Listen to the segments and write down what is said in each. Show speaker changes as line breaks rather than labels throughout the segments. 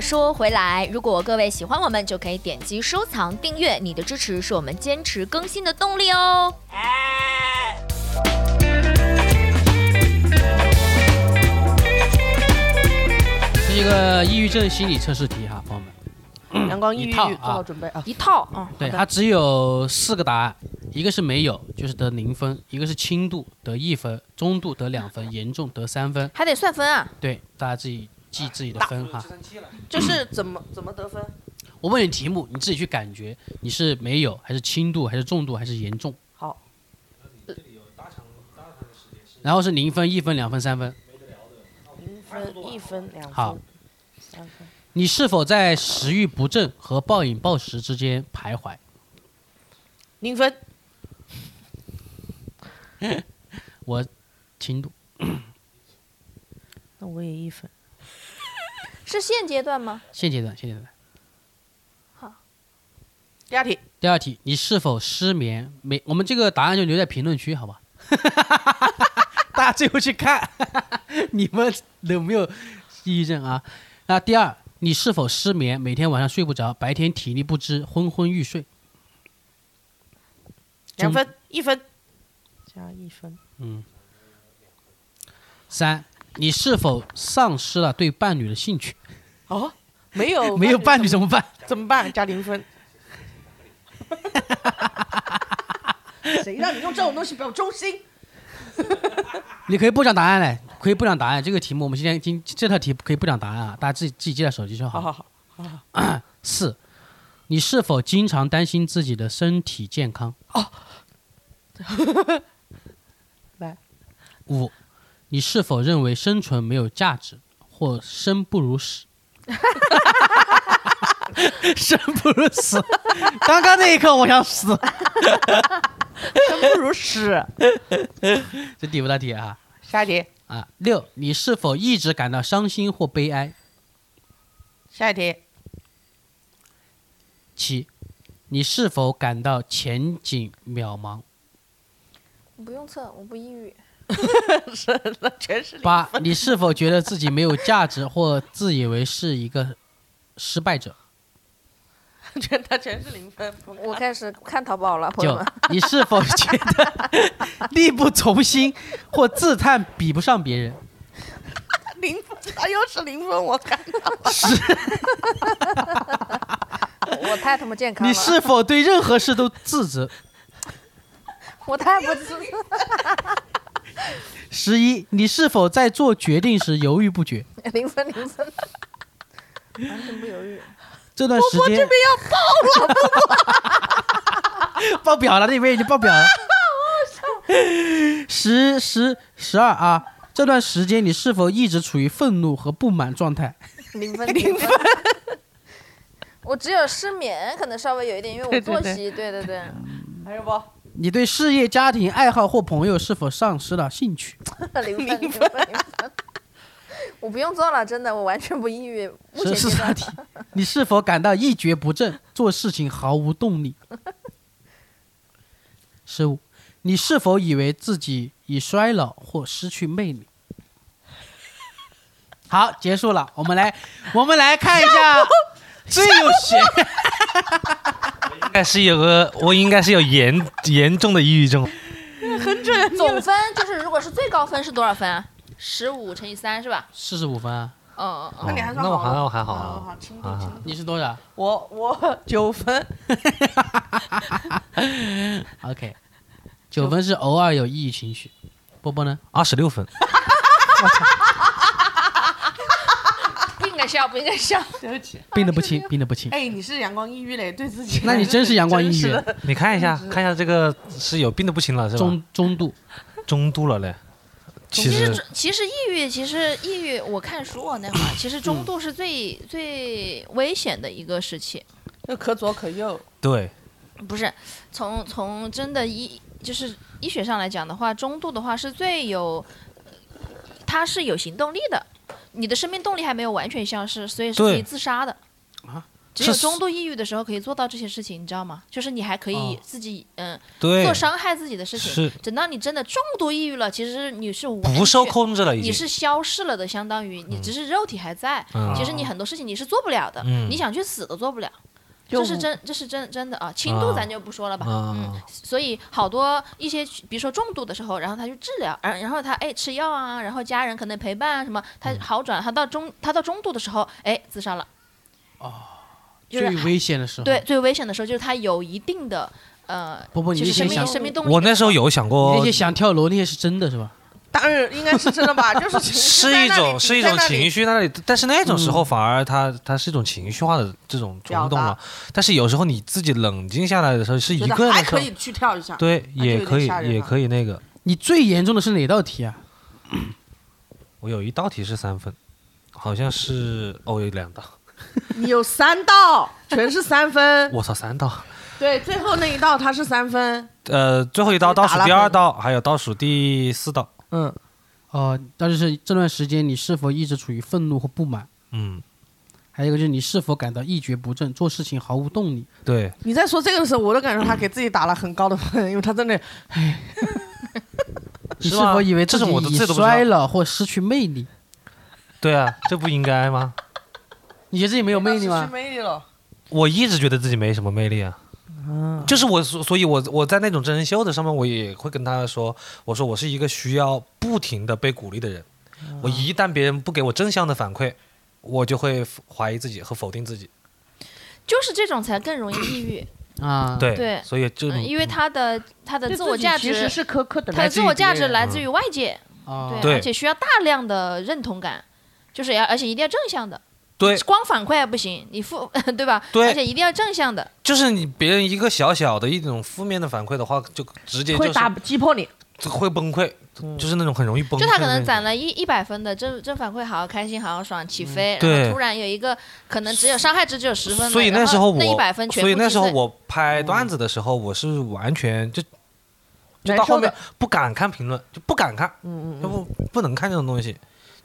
说回来，如果各位喜欢我们，就可以点击收藏、订阅，你的支持是我们坚持更新的动力哦。
是一个抑郁症心理测试题哈，朋友们。
阳光抑郁
一
做
套
好
啊
准备啊！
一套，嗯，
对，
好
它
的
只有四个答案，一个是没有，就是得零分；一个是轻度得一分，中度得两分，严重得三分。
还得算分啊。
对，大家自己记自己的分哈。
就是怎么怎么得分？
我问你题目，你自己去感觉你是没有，还是轻度，还是重度，还是严重？呃
好。
然后是零分、一分、两分、三分。
零分、一分、两
好
分、三分。
你是否在食欲不振和暴饮暴食之间徘徊？
零分，
轻度，
那我也一分。
是现阶段吗？
现阶段，现阶段。
第二题，
第二题，你是否失眠？没，我们这个答案就留在评论区，好 吧？大家最后去看， 你们有没有抑郁症啊？那第二，你是否失眠？每天晚上睡不着，白天体力不支，昏昏欲睡。
两分，一分，加一分。
三，你是否丧失了对伴侣的兴趣？
哦，没有
没有伴侣怎么办？
怎么办？加零分。谁让你用这种东西表忠心？
你可以不讲答案嘞，可以不讲答案。这个题目我们今天今这道题可以不讲答案啊，大家自己自己记在手机就
好
好。
好好，
四，你是否经常担心自己的身体健康？
来，
五，你是否认为生存没有价值或生不如死？ 生不如死，刚刚那一刻我想死。
生不如死。
这第五道题啊
下一题，
啊，六，你是否一直感到伤心或悲哀？
下一题，
七，你是否感到前景渺茫？
不用测，我不抑郁。
那全 是零。
八，你是否觉得自己没有价值或自以为是一个失败者？
全他全是零分。
我开始看淘宝了，朋友
九
们。，
你是否觉得力不从心或自叹比不上别人？
零分，他又是零分，我看到
我太他妈健康了，
你是否对任何事都自责？
我太不自
十一，你是否在做决定时犹豫不决？
零分零分，完全不犹豫。
这段时间，这边要 爆了，爆表了，那边已经爆表了。十十十二啊，这段时间你是否一直处于愤怒和不满状态？
零分零分。 我只有失眠，可能稍微有一点，因为我
对对
作
对
息，对对对，
还有不？
你对事业、家庭、爱好或朋友是否丧失了兴趣？
零分零分零分。 我不用做了，真的，我完全不抑郁。目前
十
阶
四
段
道题，你是否感到一蹶不振，做事情毫无动力？十五，你是否以为自己已衰老或失去魅力？好，结束了，我们来，我们来看一 下最有学。
应该是有个，我应该是有严严重的抑郁症。
总分就是，如果是最高分是多少分啊？十五乘以三是吧？
四十五分啊，
嗯嗯嗯。
那你还算
那我
好哦
还好，还好
好
啊。
好，轻度
啊
轻度。
你是多少
我 我九分，
？OK，九分是偶尔有抑郁情绪。波波呢？
啊二十六分，
不应该笑，不应该笑。
对不
啊
起。
病得不轻，病得不轻。
哎，你是阳光抑郁嘞，对自己。
那你真是阳 光抑郁
真是的
你看一下，看一下这个是有病的不行了，是吧？
中中度，
中度了嘞，其
其实
实
中其实抑郁，其实抑郁，我看书我那会儿，其实中
嗯
度是最最危险的一个时期。
又可左可右，
对，
不是，从从真的医就是医学上来讲的话，中度的话是最有，它是有行动力的，你的生命动力还没有完全消失，所以是可以
对啊
自杀的。只有
是
中度抑郁的时候可以做到这些事情，你知道吗？就是你还可以
哦
自己嗯
对
做，伤害自己的事情。
是
等到你真的重度抑郁了，其实你是完
不受
全
控制了已
你
经。
是消逝了的，相当于你只是肉体还在，
嗯
其实你很多事情你是做不了的，
嗯
你想去死都做不了。
就
这是真，这是真真的啊！轻度
啊
咱就不说了吧，
啊
嗯，所以好多一些，比如说重度的时候，然后他去治疗，然然后他哎吃药啊，然后家人可能陪伴啊什么，他好转，他到中他到中度的时候，哎自杀了，哦，就是
最危险的时候。
对，最危险的时候就是他有一定的呃，
不不，你
就
那
是
些
生
想
命，生命动力，
我那时候有想
你
过
哦那些，想跳楼那些是真的是吧？
当然应该是真的 吧，就是情绪
是
在
一
那里
种是一种情
绪，
绪在那里，但是那种时候反而它它是一种情绪化的这种冲动
表
了
达。
但是有时候你自己冷静下来的时候，是一
觉
个
得还
人
可
的，
以去跳一下。
对，
那就有
也
点
可以
吓人啊
也
了
可以那个。
你最严重的是哪道题啊？
我有一道题是三分，好像是哦，有两道，
你有三道，全是三分。
我操，三道。
对，最后那一道它是三分。
呃，最后一
就
道倒
是
数
打
第
蜡
二
分
道，还有倒数第四道。
嗯，
哦，那就是这段时间你是否一直处于愤怒或不满？
嗯，
还有一个就是你是否感到一蹶不振，做事情毫无动力？
对，
你在说这个的时候，我都感觉他给自己打了很高的分，因为他真 的
你是
吧
否以为
这
自己
种我都
已
这都不知道
衰老或失去魅力？
对啊，这不应该吗？
你觉得自己没有魅力吗？
魅力了。
我一直觉得自己没什么魅力啊。就是我，所所以我我在那种真人秀的上面，我也会跟他说，我说我是一个需要不停的被鼓励的人，我一旦别人不给我正向的反馈，我就会怀疑自己和否定自己。
就是这种才更容易抑郁，
啊，，
对，
对
所以这种、
嗯，因为他的他的
对
自我
己
价
其实
值，
是苛刻的
他的
人，
自我价值
人
来自于外界，
啊，
对，
对
而且需要大量的认同感，就是要而且一定要正向的。
对，
光反馈还不行，你负 对吧？
对
而且一定要正向的。
就是你别人一个小小的一种负面的反馈的话，就直接就是
会打击破你。
会崩溃，
嗯
就是那种很容易崩溃
就
的那
他
种。
可能攒了一一百分的正正反馈，好开心，好爽，起飞。
对
然后突然有一个可能只有伤害值只有十分的，
所以
然后
时候我，
那一百分全部
所以那
击
时候
碎
我拍
嗯
段子的时候，我是完全就就
难
到
受
后面
的
不敢看评论，就不敢看，嗯嗯，要不不能看这种东西。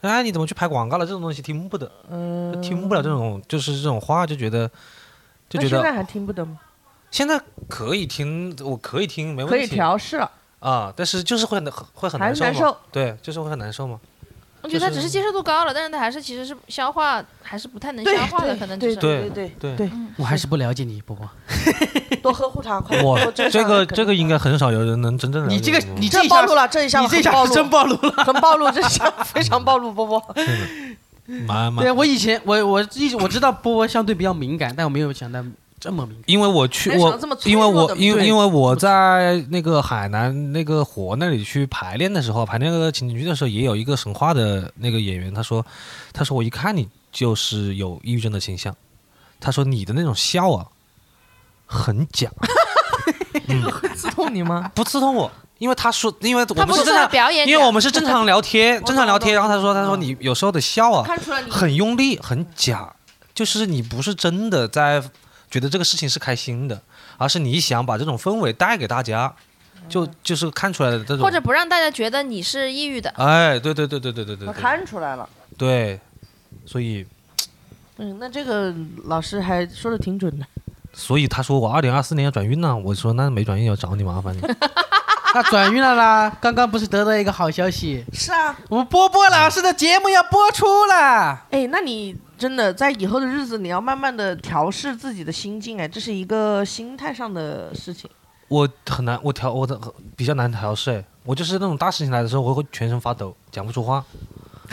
哎，你怎么去拍广告了？这种东西听不得，
嗯
就听不了这种就是这种话，就觉得就
那
觉
现在
得
还听不得吗？
现在可以听，我可以听，没问
可
题，
以调试了，
啊，但是就是会很会很
还
难
是
受嘛，
难受
对，就是会很难受嘛。
我觉得他
就
只
是
是接受度高了，但是他还是其实是消化还是不太能
对
消化的，
对
可能就
对
是嗯
对
对
对
对，
我还是不了解你，波波。
多呵护他，快
我
多正
这
向
个
肯定
这个应该很少有人能真正了
你
解
这个
我
你这
这
一
暴
下
露了，这一下
你这
很
下
暴
是
露，
真暴露了。
很暴露，这一下非常暴露，波 波。
蛮蛮
对，啊我以前我我一直我知道波波相对比较敏感，但我没有想到这么敏感。
因为我去
没有想
我
到这么，脆
因为
弱的
我因为
对
因为我在那个海南那个湖那里去排练的时候，排那个情景剧的时候，也有一个神话的那个演员，他说，他说我一看你就是有抑郁症的倾向，他说你的那种笑啊，很假，
啊
会刺痛你吗？
不刺痛我，因为他说，因为我
他
们
不
是
是
正
在
常，
表演者，
因为我们是正常聊天，
懂
正常聊天，然后他说，他说
嗯
你有时候的笑啊，
看出来你
很用力，很假，就是你不是真的在觉得这个事情是开心的，而是你想把这种氛围带给大家，就就是看出来的这种
嗯或。者不让大家觉得你是抑郁的。
哎，对对对对对对对
我
对
看出来了。
对，所以
嗯，那这个老师还说的挺准的。
所以他说我二零二四年要转运呢，我说那没转运要找你麻烦 你。
他转运了啦，刚刚不是得到一个好消息，
是啊，
我们波波老师的节目要播出了。
哎，那你真的在以后的日子，你要慢慢的调试自己的心境，哎，这是一个心态上的事情。
我很难，我调我的比较难调试，哎我就是那种大事情来的时候，我会全身发抖，讲不出话。
嗯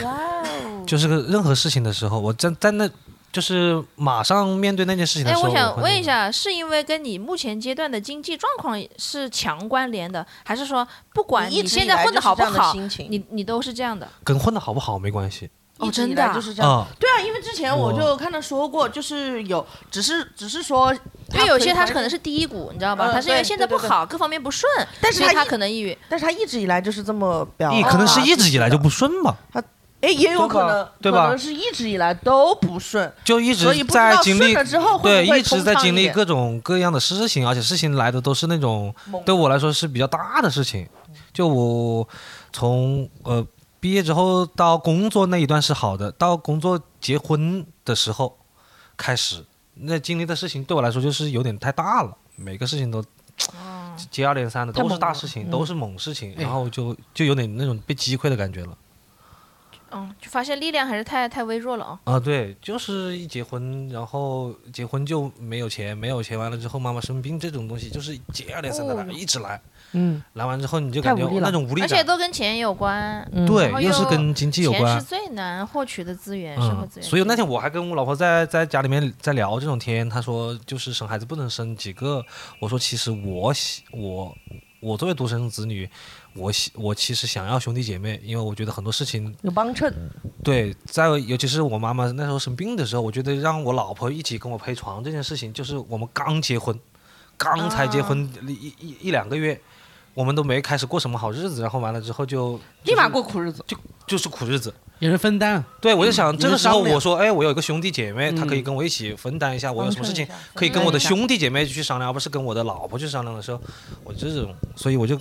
哇哦！
就是个任何事情的时候，我在在那就是马上面对那件事情的
哎，
时
我
候，
想
会
问
那
一
个
下，是因为跟你目前阶段的经济状况是强关联的，还是说不管
你一直
现
以
在
来
混
就
得
是
好不
这样的
好，
心情
你你都是这样的？
跟混的好不好没关系
哦
一直以
真的啊
来就是这样。
啊、
对啊，因为之前我
我
就看他说过，就是有，只是只是说，
因为有些他可能是低谷，你知道
嗯
吧？他是因为
对
现在
对
不
对对
好，各方面不顺，
但是
所以
他
他
一
可能抑郁。
但是他一直以来就是这么表达自
你
己的，
可能是一直以来就不顺吧，
哎，也有
对吧
可能，
对吧
可能是一直以来都不顺，
就一直
所以不知
在
道
经历
顺了之后会
对，
不会
一直
通
在
畅
经
一
历
点
各种各样的事情，而且事情来的都是那种
猛
对我来说是比较大的事情。就我从呃毕业之后到工作那一段是好的，到工作结婚的时候开始，那经历的事情对我来说就是有点太大了，每个事情都
嗯
接二连三的，
太
都是
猛
大
了
事情，
嗯
都是猛事情，
哎
然后就就有点那种被击溃的感觉了。
嗯，就发现力量还是太太微弱了啊。
啊，对，就是一结婚，然后结婚就没有钱，没有钱完了之后妈妈生病这种东西，就是接二连三的来，
哦
一直来，
嗯
来完之后你就
太
感觉
无力了
那种无力
而且
感，
都跟钱有关，
嗯
然后
对，又是
又
跟经济有
钱
关
是，最难获取的资源，社会
嗯
资，源。
所以那天我还跟我老婆在在家里面在聊这种天，她说就是生孩子不能生几个，我说其实我喜我我作为独生子女，我喜我其实想要兄弟姐妹，因为我觉得很多事情
有帮衬，
嗯
对，在尤其是我妈妈那时候生病的时候，我觉得让我老婆一起跟我陪床这件事情，就是我们刚结婚，刚才结婚
啊
一、一一一两个月，我们都没开始过什么好日子，然后完了之后就
立马过苦日子。
就是苦日子。
有人分担，
对，我就想、这
有的
个时候
商量
我说，
嗯
哎，我有一个兄弟姐妹，她可以
嗯
跟我一起分担一下，我有什么事情
嗯
帮衬一下
可以跟
分
我
担
的
一下
兄弟姐妹去商量，而不是跟我的老婆去商量的时候，我这种，所以我就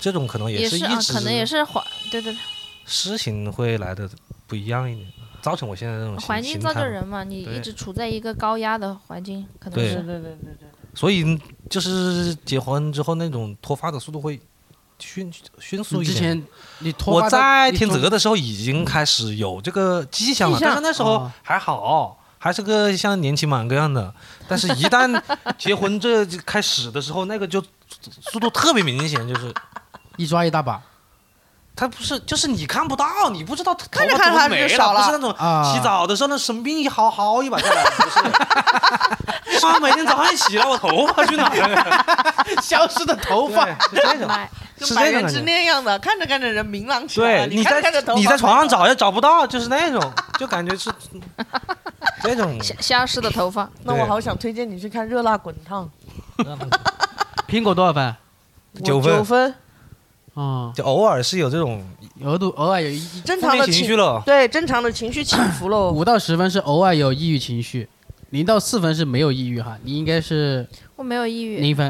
这种可能
也
是
是
一
啊，
直
可能也是环对对对
事情会来的不一样一点，造成我现在这种
环境
形
造就
态吧
人嘛，你
对
一直处在一个高压的环境，可能
对
是
对对对，
所以就是结婚之后那种脱发的速度会迅迅速
你
一
之
点。
前你脱
我
发到
在
你
天
脱
泽的时候已经开始有这个迹象了，
迹象
但是那时候
哦
还好，还是个像年轻满哥样的。但是，一旦结婚这就开始的时候，那个就速度特别明显，就是
一抓一大把
他不是，就是你看不到，你不知道头
看着
发
看着
怎么
它
没
就少
不是
了
那种
啊
洗澡的时候那生病一薅薅一把下来，不 是。妈，每天早上一洗来，我头发去哪儿了？
消失的头
对，是这种。
买
是
跟百
这种
元
感
之
觉。
恋一样的，看着看着人明朗起来
对
了。，看着看着
在
头
你
发
在床上
没了，
找也找不到，就是那种，就感 觉是这种。
消消失的头发，
那
对
我好想推荐你去看《热辣滚烫》，
苹果多少分？
我
九分
九分，
嗯，
就偶尔是有这种
有度偶尔有一
正
负
常
面
的
情绪
情
了，
对正常的情绪起伏喽。
五到十分是偶尔有抑郁情绪，零到四分是没有抑郁哈，你应该是
我没有抑郁，
零分，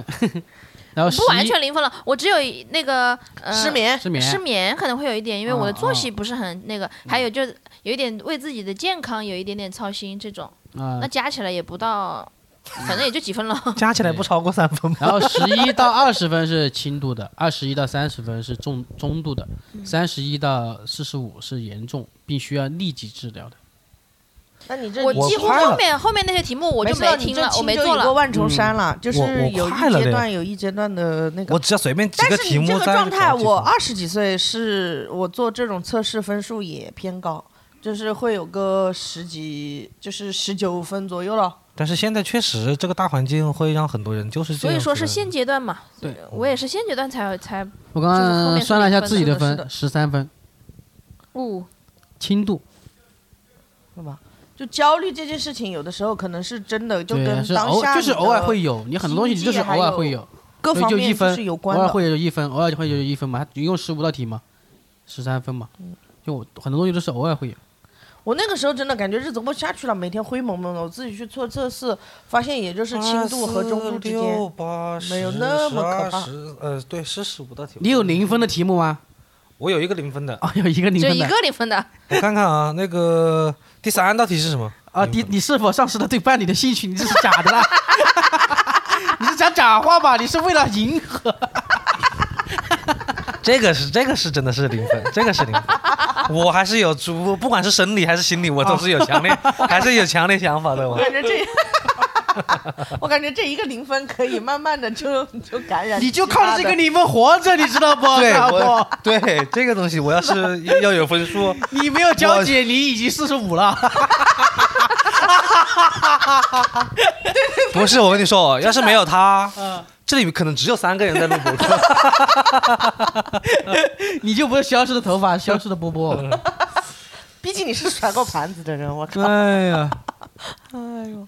然呃后十
不完
一
全零分了，我只有一那个呃
失。眠，
失眠，
失眠可能会有一点，因为我的
哦
作
哦
息不是很那个，还有就是有一点为自己的健康有一点点操心，这种
啊
那，加起来也不到，反正也就几分了。
加起来不超过三分吧。
然后十一到二十分是轻度的，二十一到三十分是重中度的，
嗯
三十一到四十五是严重，并需要立即治疗的。
那你这
我
我
几乎
快了
后面后面那些题目我就
没事了
听
你这
了，我
亲
没
就
做
已过
了。
万
嗯
重山了，就是
我我
有
快
一
了
阶
嘞
段有一阶段的那个。
我只要随便几
但
个
是
题
你这
目
个
在
状态，
搞几分
我二十几岁是我做这种测试分数也偏高，就是会有个十几，就是十九分左右了。
但是现在确实这个大环境会让很多人就是这
所以
样
说
子
是
的
现阶段嘛，
对
我也是现阶段才才
我刚
就是后
刚
面
算了一下自己的
是的
分，十三分，
悟
轻度。
就焦虑这件事情，有的时候可能是真的，就
对，
跟
是
当
偶
下
就是
你的
偶尔会有，你很多东西
经济
就是偶尔会
还
有，
各
所以
方
就一
面就
分
是有关
偶尔
的。
会有一分，偶尔会有一分嘛，它一共十五道题嘛，十三分嘛，
嗯
就我很多东西都是偶尔会有。
我那个时候真的感觉日子过不下去了，每天灰蒙蒙的。我自己去做测试，发现也就是
啊
轻度和中度之
六
间。
八十
没有那么可怕
十二十呃，对，是十五道题。
你有零分的题目吗？
我有一个零分的，
哦，有一个零
只有
分
一
的
个。零分的，
我看看啊，那个第三道题是什么？
啊，你你是否丧失了对伴侣的兴趣？你这是假的啦！ 你是讲假话吧？你是为了迎合？
这个是这个是真的是零分，这个是零分。我还是有足，不管是生理还是心理，我都是有强烈，
哦
还是有强烈想法的。
我
我
感觉这，我感觉这一 个零分可以慢慢的就 就感染其他的。
你就靠着这个零分活着，你知道不？
对
老
我
婆，
对这个东西，我要是要有分数，
你没有交姐，你已经四十五了。
不是我跟你说，要是没有他，
嗯
这里可能只有三个人在录 播客。
你就不是消失的头 发，消失的波波。
毕竟你是甩过盘子的人，我靠！
哎呀，
哎呦，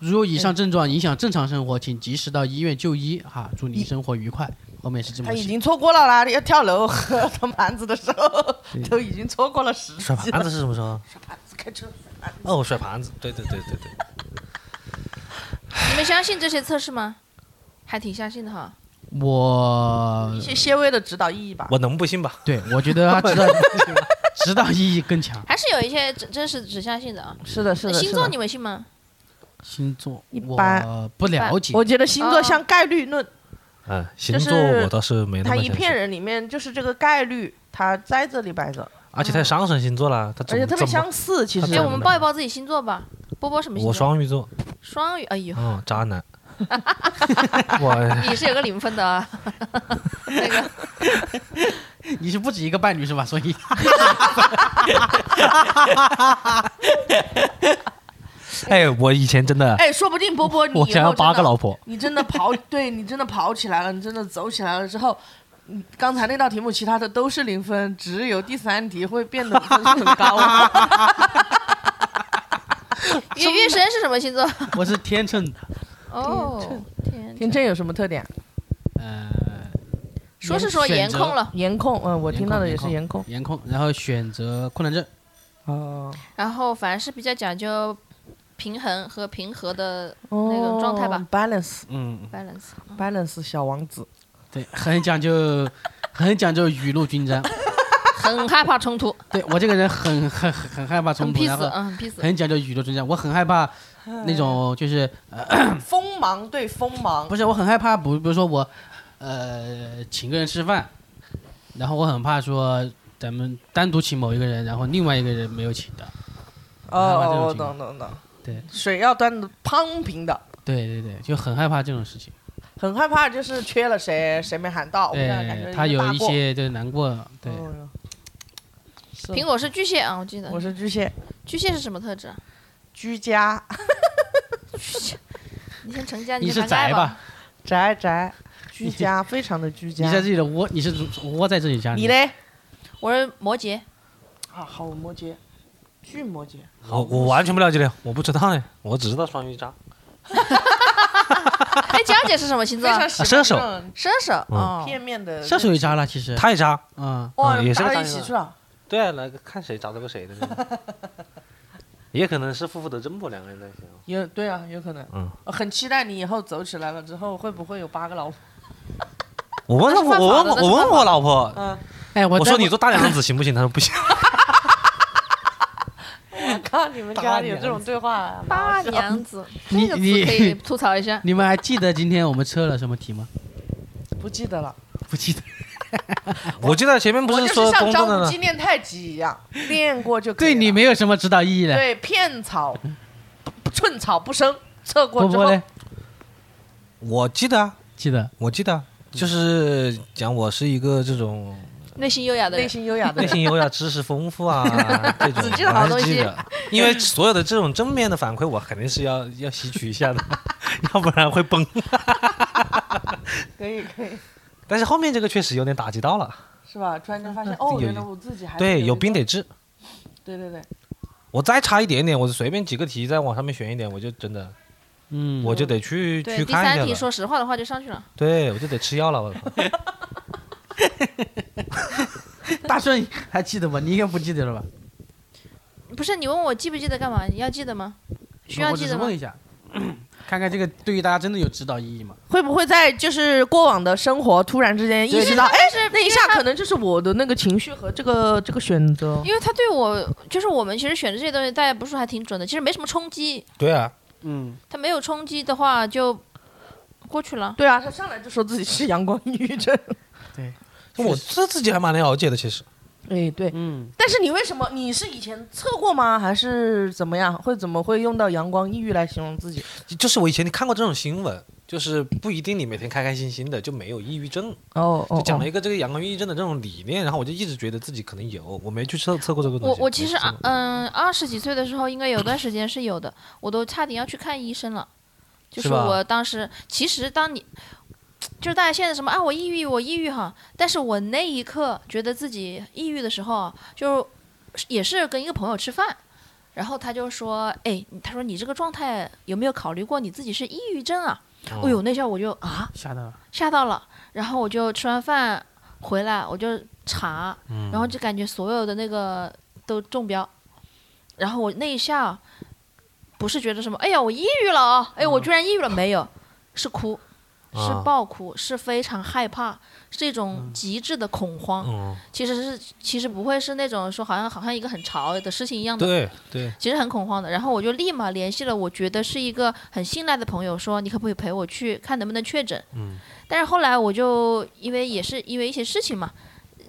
如有以上症状影响正常生活，请及时到医院就医哈。祝你生活愉快。后面是这么
他已
写。
经错过了啦，要跳楼和他盘子的时候都已经错过了时
甩
机
盘
了。
子是什么时候？
开车
哦，甩盘子，对对对对 对。
你们相信这些测试吗？还挺相信的哈。
我
一些些微的指导意义吧。
我能不信吧？
对我觉得他知 道知道意义更强。
还是有一些真真实指向性的啊。
是的，是
星座你们信吗？
星座
一般
我不了解
我，觉得星座
哦
像概率论，
嗯，星
就
座
是
我倒是没那
他
么
一
相
片
信，
人里面就是这个概率，他在这里摆着，
而且他上升星座啦，
而
他怎
且
么
特别
怎
相
么？
似。其
他
哎，
怎
实
我
么
们报一报自己星座吧。波波什么星座？
我双鱼座，
双鱼。哎呦，
嗯，渣 男。我
你是有个零分的啊。那个
你是不止一个伴侣是吧？所以
哎，我以前真的，
哎，说不定波波你
我
以
想要
后
八
真
个
的，
老婆。
你真的跑，对你真的跑起来了，你真的走起来了之后。嗯刚才那道题目，其他的都是零分，只有第三题会变得分数很 高。
月月神是什么星座？
我是天秤，
哦，天秤
天秤有什么特点？
呃，
说是说颜控了，
颜控，嗯，我
颜控，
听到的也是颜控。
颜控，然后选择困难症，
哦，
然后凡是比较讲究平衡和平和的
那
个状态吧
，balance
嗯，
balance。
balance 小王子，
对，很讲究， 很讲究雨露均沾。
很害怕冲突，
对我这个人很 很很很害怕冲
很
突，哎
peace，
然后
嗯，很 peace。
很讲究雨露均沾，我很害怕
哎
那种就是
锋芒对锋芒
不，是，我很害怕，比如比如说我，呃，请个人吃饭，然后我很怕说咱们单独请某一个人，然后另外一个人没有请的。害怕这种
哦，我
情况
懂懂懂，
对，
水要端的汤平的，
对对对，就很害怕这种事情。
很害怕就是缺了谁谁没喊哦到，我们俩感觉
对，他有
大
一
过，
些对难过，对，
嗯是
苹果是巨蟹啊，我记得
我是巨蟹，
巨蟹是什么特质啊？
居家
你先成家，
你是
先谈
宅
恋爱吧？
吧？
宅 宅居家，非常的居
你
家
在。自己的窝，你是窝在自己家里
你
面。
嘞？
我是摩羯，
啊，好摩羯， 巨摩羯，
我我完全不了解了，我不知道哎，我只知道双鱼渣。
哎，江姐是什么星
非
座啊？
常喜欢
射手
这种
射手
嗯
哦，
片面的
射手也渣了，其实，
太渣，
嗯，
哇，
嗯也是
打
个
到
大
一
星
起
座
去了。
对啊，来看谁找到个谁的那 种，也可能是负负得正吧，两个人在一起哦。
有对啊，有可能。
嗯
呃，很期待你以后走起来了之后，会不会有八个老婆？
我问
那是犯
我
法
问
的
我
那是
我问我老婆，
嗯，
哎，我
我
在
说你做大娘子行不行？她说不行。
我 靠，你们家里有这种对话、啊？
八娘子
你
这个词
你
可以吐槽一 下。
你们还记得今天我们测了什么题吗？
不记得了。
不记 得。
我记得前面不
我就是
说
是像
公正
张
的
无
呢
忌，练太极一 样，练过就可以
对
了
你没有什么指导意义的。
对片草，不寸草不生，测过
波
之
波
后
嘞，，
我记得啊，
记得。
我记得啊，就是讲我是一个这种
内心优雅的
内
人，
心优雅的
内
人。
心优雅、知识丰富 啊这种，
只记得好
我还是
东西
记得因为所有的这种正面的反馈，我肯定是要要吸取一下的， 要不然会崩。
可以可以，
但是后面这个确实有点打击到了，
是吧？突然间发现，
有
哦，
一
原来我自己还是
对，有
有
兵
得。
得治。
对对对，
我再差一点点，我随便几个题在网上面选一点，我就真的
嗯，
我就得去
对
去
第
看一
三
下
题，
了。
说实话的话就上去了。
对，我就得吃药了。我靠
大顺还记得吗？你应该不记得了吧？
不是你问我记不记得干嘛？你要记得吗？需要
我只
记
是
得吗
问？一下，看看这个对于大家真的有指导意义吗？
会不会在就是过往的生活突然之间意识到，哎，
啊是
那一下可能就是我的那个情绪和这个这个选择。
因为他对我，就是我们其实选的这些东西，大家不是说还挺准的，其实没什么冲击。
对啊，
嗯，
他没有冲击的话就过去了。
对啊，他上来就说自己是阳光抑郁症。
我这自己还蛮了解的，其实
哎，对，
嗯，
但是你为什么？你是以前测过吗？还是怎么样？会怎么会用到阳光抑郁来形容自己？
就是我以前你看过这种新闻，就是不一定你每天开开心心的就没有抑郁症，
哦
就讲了一个这个阳光抑郁症的这种理念，然后我就一直觉得自己可能有，我没去测测过这个东
我
西。
我其实
没测
啊，嗯，二十几岁的时候，应该有段时间是有的，我都差点要去看医生了。就是
是吧
我当时，其实当你，就是大家现在什么啊，我抑郁，我抑郁哈，但是我那一刻觉得自己抑郁的时候啊，就是也是跟一个朋友吃饭，然后他就说，哎，他说你这个状态有没有考虑过你自己是抑郁症啊？
哦
哎呦，那下我就啊，
吓到了。
吓到了，然后我就吃完饭回来，我就查，
嗯
然后就感觉所有的那个都中标，然后我那一下
嗯
不是觉得什么，哎呀，我抑郁了啊，哎，我居然抑郁了，没有，是哭，是暴哭，是非常害怕，是一种极致的恐慌。
嗯，
其实是其实不会是那种说好像好像一个很潮的事情一样的，
对对，
其实很恐慌的。然后我就立马联系了，我觉得是一个很信赖的朋友，说你可不可以陪我去看能不能确诊？
嗯。
但是后来我就因为也是因为一些事情嘛，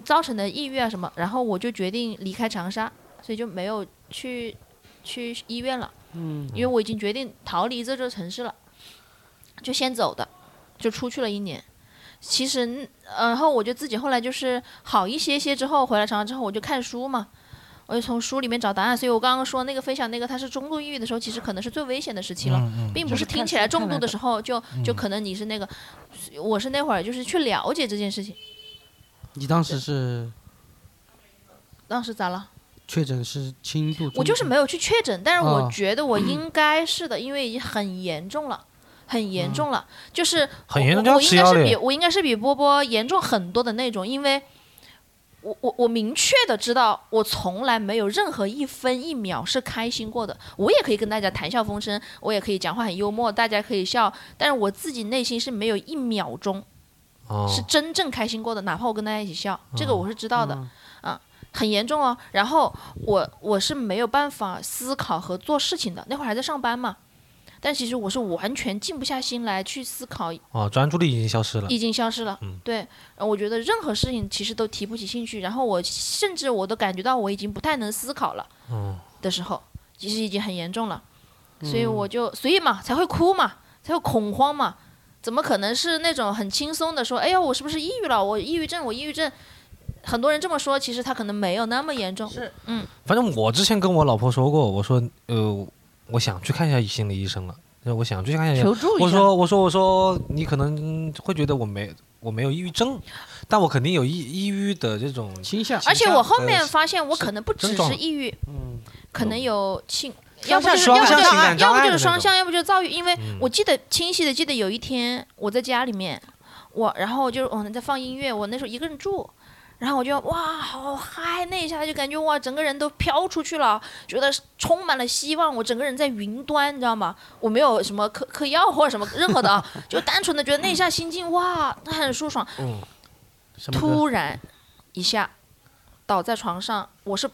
造成的抑郁啊什么，然后我就决定离开长沙，所以就没有去去医院了。嗯。因为我已经决定逃离这座城市了，就先走的，就出去了一年。其实，嗯然后我就自己后来就是好一些些之后，回来长沙之后我就看书嘛，我就从书里面找答案。所以我刚刚说那个分享那个，它是中度抑郁的时候，其实可能是最危险的时期了，并嗯不是听起来重度的嗯时候就就可能你是那个，我是那会儿就是去了解这件事情。
你当时是
当时咋了？
确诊是轻度，
我就是没有去确诊，但是
哦
我
啊
觉得我
嗯
应该是的，因为已经很严重了。很严重了，就是
很嗯严重就
我
要
我应
吃
该
药
是
的
比，我应该是比波波严重很多的那种，因为我我我明确的知道，我从来没有任何一分一秒是开心过的。我也可以跟大家谈笑风生，我也可以讲话很幽默，大家可以笑，但是我自己内心是没有一秒钟
哦，
是真正开心过的，哪怕我跟大家一起笑，这个我是知道的，啊，很严重哦。然后我我是没有办法思考和做事情的，那会儿还在上班嘛，但其实我是完全静不下心来去思考，
哦，专注力已经消失了。
已经消失了。
嗯
对，呃我觉得任何事情其实都提不起兴趣，然后我甚至我都感觉到我已经不太能思考了
嗯，
的时候，其实已经很严重了，所以我就所以嘛才会哭嘛，才会恐慌嘛，怎么可能是那种很轻松的说，哎呀，我是不是抑郁了？我抑郁症，我抑郁症。很多人这么说，其实他可能没有那么严重。
是
反正我之前跟我老婆说过，我说呃，我想去看一下心理医生了，就是我想去看一下。
求助一下。
我说我说我说，你可能会觉得我没我没有抑郁症，但我肯定有抑抑郁的这种
倾向，
而且我后面
呃
发现，我可能不只
症状
是抑郁，
嗯，
可能有轻，
双
要不就是
向
要不就是啊
双向情感
要
障
不
碍
就
的
是
那
双
种
向，要不就是躁郁。因为
嗯
我记得清晰的记得有一天我在家里面，我然后就哦我在放音乐，我那时候一个人住。然后我就哇，好嗨！那一下就感觉哇，整个人都飘出去了，觉得充满了希望。我整个人在云端，你知道吗？我没有什么嗑嗑药或者什么任何的啊，就单纯的觉得那一下心境哇，很舒爽。
嗯
什么歌
突然一下倒在床上，我是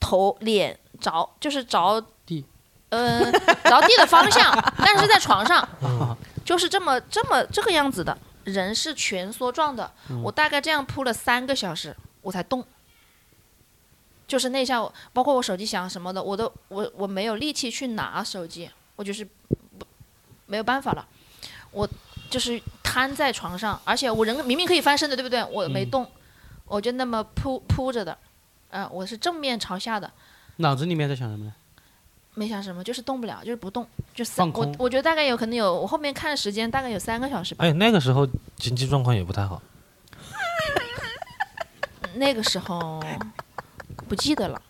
头脸着，就是着
地，
呃，着地的方向，但是在床上，
啊 嗯
就是这么这么这个样子的，人是蜷缩状的，
嗯
我大概这样铺了三个小时，我才动。就是那下我，包括我手机响什么的，我都我我没有力气去拿手机，我就是不没有办法了，我就是瘫在床上，而且我人明明可以翻身的，对不对？我没
嗯
动，我就那么铺铺着的，嗯、我是正面朝下的，
脑子里面在想什么呢？
没想什么，就是动不了，就是不动，就三
放
我
空
我觉得大概有可能有，我后面看时间大概有三个小时吧，
哎，那个时候经济状况也不太好，
那个时候
哎
不记得了，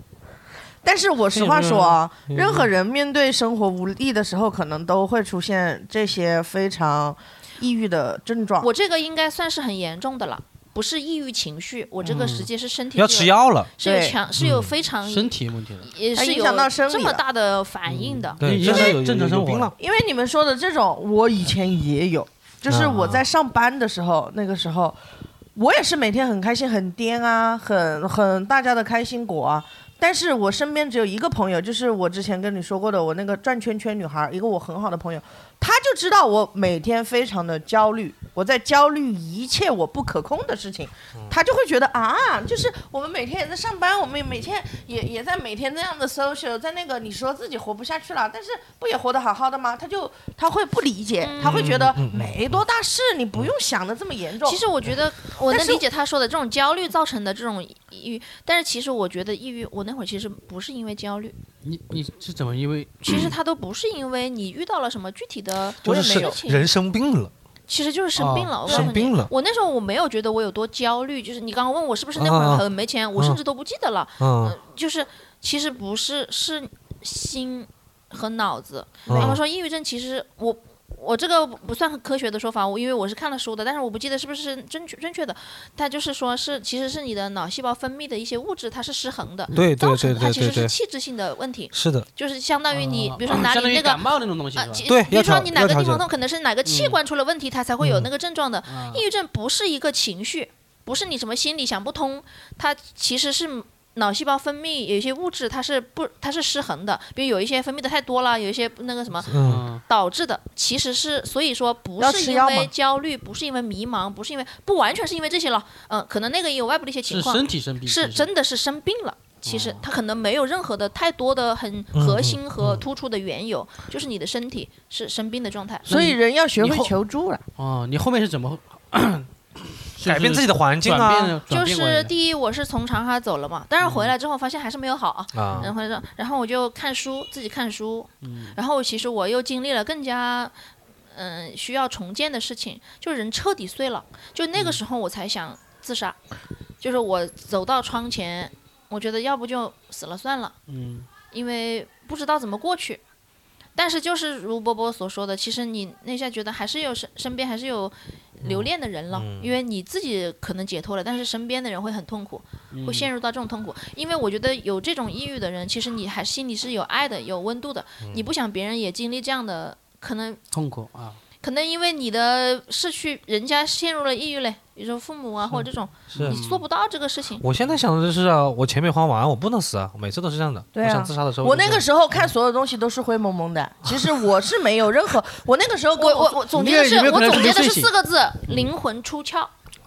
但是我实话说啊，
嗯
任何人面对生活无力的时候，可能都会出现这些非常抑郁的症状。
我这个应该算是很严重的了。不是抑郁情绪，我这个直接是身体
要
是
吃
有
药嗯了。
是有
嗯对
强是有非常
身体有问题了，嗯
也
它
是
影
有
响到生理
这么
了
大的反应的。
对，
因
现在
为
有有
正常生
有病
活
了。
因为你们说的这种，我以前也有，就是我在上班的时候，那个时候我也是每天很开心、很颠啊，很很大家的开心果啊。但是我身边只有一个朋友，就是我之前跟你说过的，我那个转圈圈女孩，一个我很好的朋友，她就知道我每天非常的焦虑，我在焦虑一切我不可控的事情，
嗯
她就会觉得啊，就是我们每天也在上班，我们也每天也也在每天这样的 social，在那个你说自己活不下去了，但是不也活得好好的吗？她就她会不理解，她会觉得
嗯
没多大事，你不用想的这么严重。
其实我觉得我能
嗯但是
理解他说的这种焦虑造成的这种抑郁，但是其实我觉得抑郁，我那会儿其实不是因为焦虑，
你你是怎么因为
其实它都不是因为你遇到了什么具体的
就
事
是
情，
生人生病了，
其实就是生病了。
哦
我告诉
生
你，
病了，
我那时候我没有觉得我有多焦虑，就是你刚刚问我是不是那会儿
啊啊
很没钱，我甚至都不记得了。
嗯，
就是其实不是，是心和脑子。
嗯
他们说抑郁症其实我我这个不算很科学的说法，我因为我是看了书的，但是我不记得是不是正确正确的。它就是说是其实是你的脑细胞分泌的一些物质它是失衡的，
对对
造
对
成它
对
其实
对
是
对，
气质性的问题，
是的，
就是相当于你、
哦
比如说哪
相当
里
于
那个
感冒那种东西
啊
是，吧？嗯
其
对
比如
要
说
调
你哪
要
个
调嗯
地方
整
痛，可能是哪个器官出了问题，它才会有那个症状的。
啊
抑郁症不是一个情绪，不是你什么心里想不通，它其实是脑细胞分泌有一些物质，它是不它是失衡的，比如有一些分泌的太多了，有一些那个什么
嗯，
嗯，
导致的，其实是所以说不
要
是
吃
因
药吗
为焦虑，不是因为迷茫，不是因为不完全是因为这些了，嗯，可能那个也有外部的一些情
是
况，
身体生病，
是
不
真的是生病了。其实它可能没有任何的太多的很
嗯
核
嗯
心和
嗯
突出的缘由，就是你的身体是生病的状态。
所以人要学
以
会
后
求助了。
哦，你后面是怎 么是
改变自己的环境
转变
啊
的？转
就
变过来
是
的
第一，我是从长沙走了嘛，但是回来之后发现还是没有好啊。
啊，
然后呢，然后我就看书，自己看书。然后其实我又经历了更加，嗯，需要重建的事情，就人彻底碎了。就那个时候我才想自杀，就是我走到窗前，我觉得要不就死了算了，
嗯
因为不知道怎么过去。但是就是如波波所说的，其实你那下觉得还是有身身边还是有留恋的人了，
嗯
因为你自己可能解脱了，但是身边的人会很痛苦。
嗯
会陷入到这种痛苦，因为我觉得有这种抑郁的人，其实你还心里是有爱的，有温度的。
嗯
你不想别人也经历这样的，可能
痛苦啊，
可能因为你的逝去，人家陷入了抑郁嘞，比如说父母啊或者这种，
是
你做不到这个事情。
我现在想的就是啊，我钱没花完，我不能死啊，我每次都是这样的。
对啊
我想自杀的时候，
我那个时候看所有东西都是灰蒙蒙的，其实我是没有任何，我那个时候跟
我我我总结的
你
是，
有没有
我
可能
总
是
结的
睡
是
醒
四个字：灵魂出窍。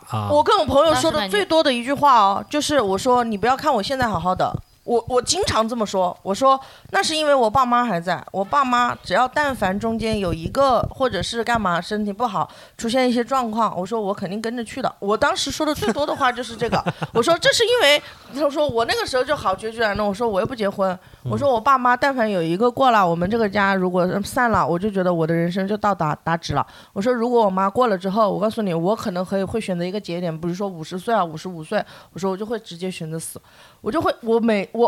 啊，
我跟我朋友
那
说
是那
的
你
最多的一句话哦，就是我说你不要看我现在好好的，我我经常这么说，我说那是因为我爸妈还在，我爸妈只要但凡中间有一个或者是干嘛身体不好出现一些状况，我说我肯定跟着去的。我当时说的最多的话就是这个，我说这是因为他说我那个时候就好决绝然的，我说我又不结婚，我说我爸妈但凡有一个过了，我们这个家如果散了，我就觉得我的人生就到达达止了。我说如果我妈过了之后，我告诉你，我可能会会选择一个节点，比如说五十岁啊，五十五岁，我说我就会直接选择死，我就会我每我。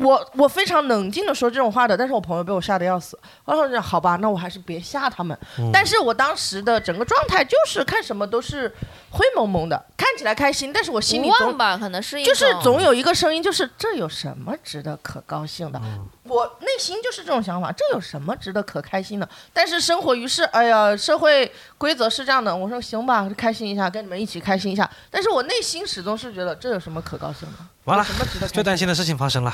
我我非常冷静的说这种话的，但是我朋友被我吓得要死。然后我就好吧，那我还是别吓他们。但是我当时的整个状态就是看什么都是灰蒙蒙的，看起来开心，但是我心
无
里总
望吧，可能是一
就是
种
总有一个声音，就是这有什么值得可高兴的？
嗯
我内心就是这种想法，这有什么值得可开心的？但是生活于世，哎呀，社会规则是这样的。我说行吧，开心一下，跟你们一起开心一下。但是我内心始终是觉得这有什么可高兴的？
完了
有什么值得开
最
心
担心的事情发生了，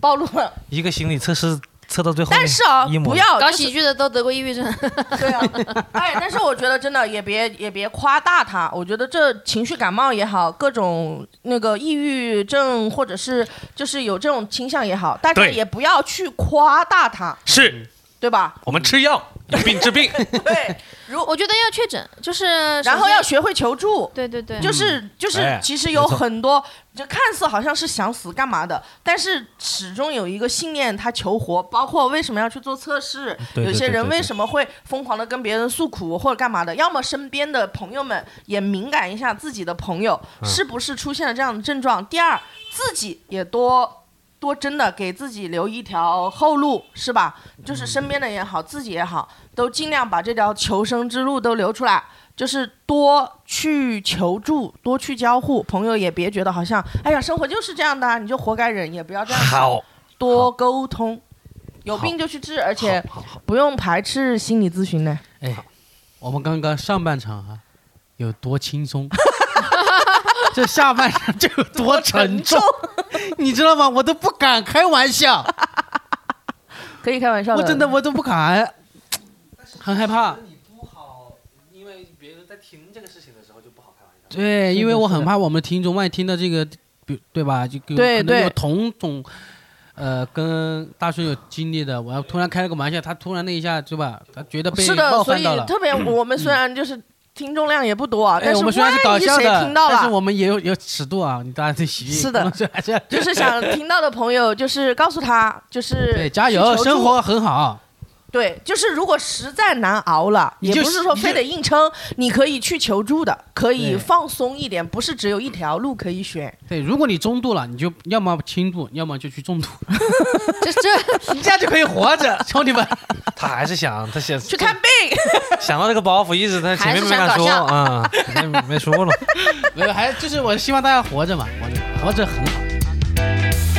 暴露了？
一个心理测试测到最后面，
但是啊，
一模
不要
搞
就是
喜剧的都得过抑郁症。
对啊，哎，但是我觉得真的也别也别夸大它。我觉得这情绪感冒也好，各种那个抑郁症或者是就是有这种倾向也好，大家
对
也不要去夸大它，
是
对 吧？
我们吃药有病治病，
对，如
我觉得要确诊，就是首
然后
先
要学会求助。
对对对，
就是就是
哎，
其实有
没错
很多，就看似好像是想死干嘛的，但是始终有一个信念，他求活。包括为什么要去做测试，
对
有
对
些
对
人
对
为
对
什么会疯狂的跟别人诉苦或者干嘛的，要么身边的朋友们也敏感一下自己的朋友
嗯
是不是出现了这样的症状。第二，自己也多。多真的给自己留一条后路，是吧？就是
嗯
身边的也好，自己也好，都尽量把这条求生之路都留出来，就是多去求助，多去交互，朋友也别觉得好像，哎呀，生活就是这样的啊，你就活该忍，也不要这样想，
好，
多沟通，有病就去治，而且
好好
不用排斥心理咨询呢。
哎，我们刚刚上半场啊有多轻 松，这下半场就有多沉重，你知道吗？我都不敢开玩笑，
可以开玩笑
我真的我都不敢，很害怕。
你不好，因为别人在听这个事情的时候就不好开玩笑。
对，因为
是的
我
是
很
的
怕我们听众万一听到这个，比对吧？就有
对
可能有
对
同种，呃，跟大顺有经历的，我要突然开了个玩笑，他突然那一下，对吧？他觉得被
是
冒
的，所
犯
以
到了。嗯
特别我们虽然就是听众量也不多啊，
哎，
但
我
是
们虽然是搞
万一
笑
谁
的
听，到
但是
了。
我们也有有尺度啊！你大家对喜剧
是的
不能说还 是要
就是想听到的朋友，就是告诉他，就是
对加
去
油，
求助
生活很好。
对，就是如果实在难熬了，
你
也
就
不是说
你
非
就
得硬撑，你可以去求助的，可以
对
放松一点，不是只有一条路可以选。
对，如果你中度了，你就要么轻度，要么就去 重度，
这这
这样就可以活着，兄弟们。
他还是想，他想
去看病，
想到这个包袱，一直在前面没敢
还是
说
想搞
啊，没没说了。
没有，还就是我希望大家活着嘛，活着活着很好。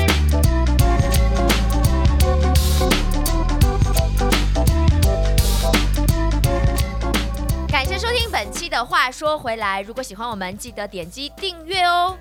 感谢收听本期的《话说回来》，如果喜欢我们，记得点击订阅哦。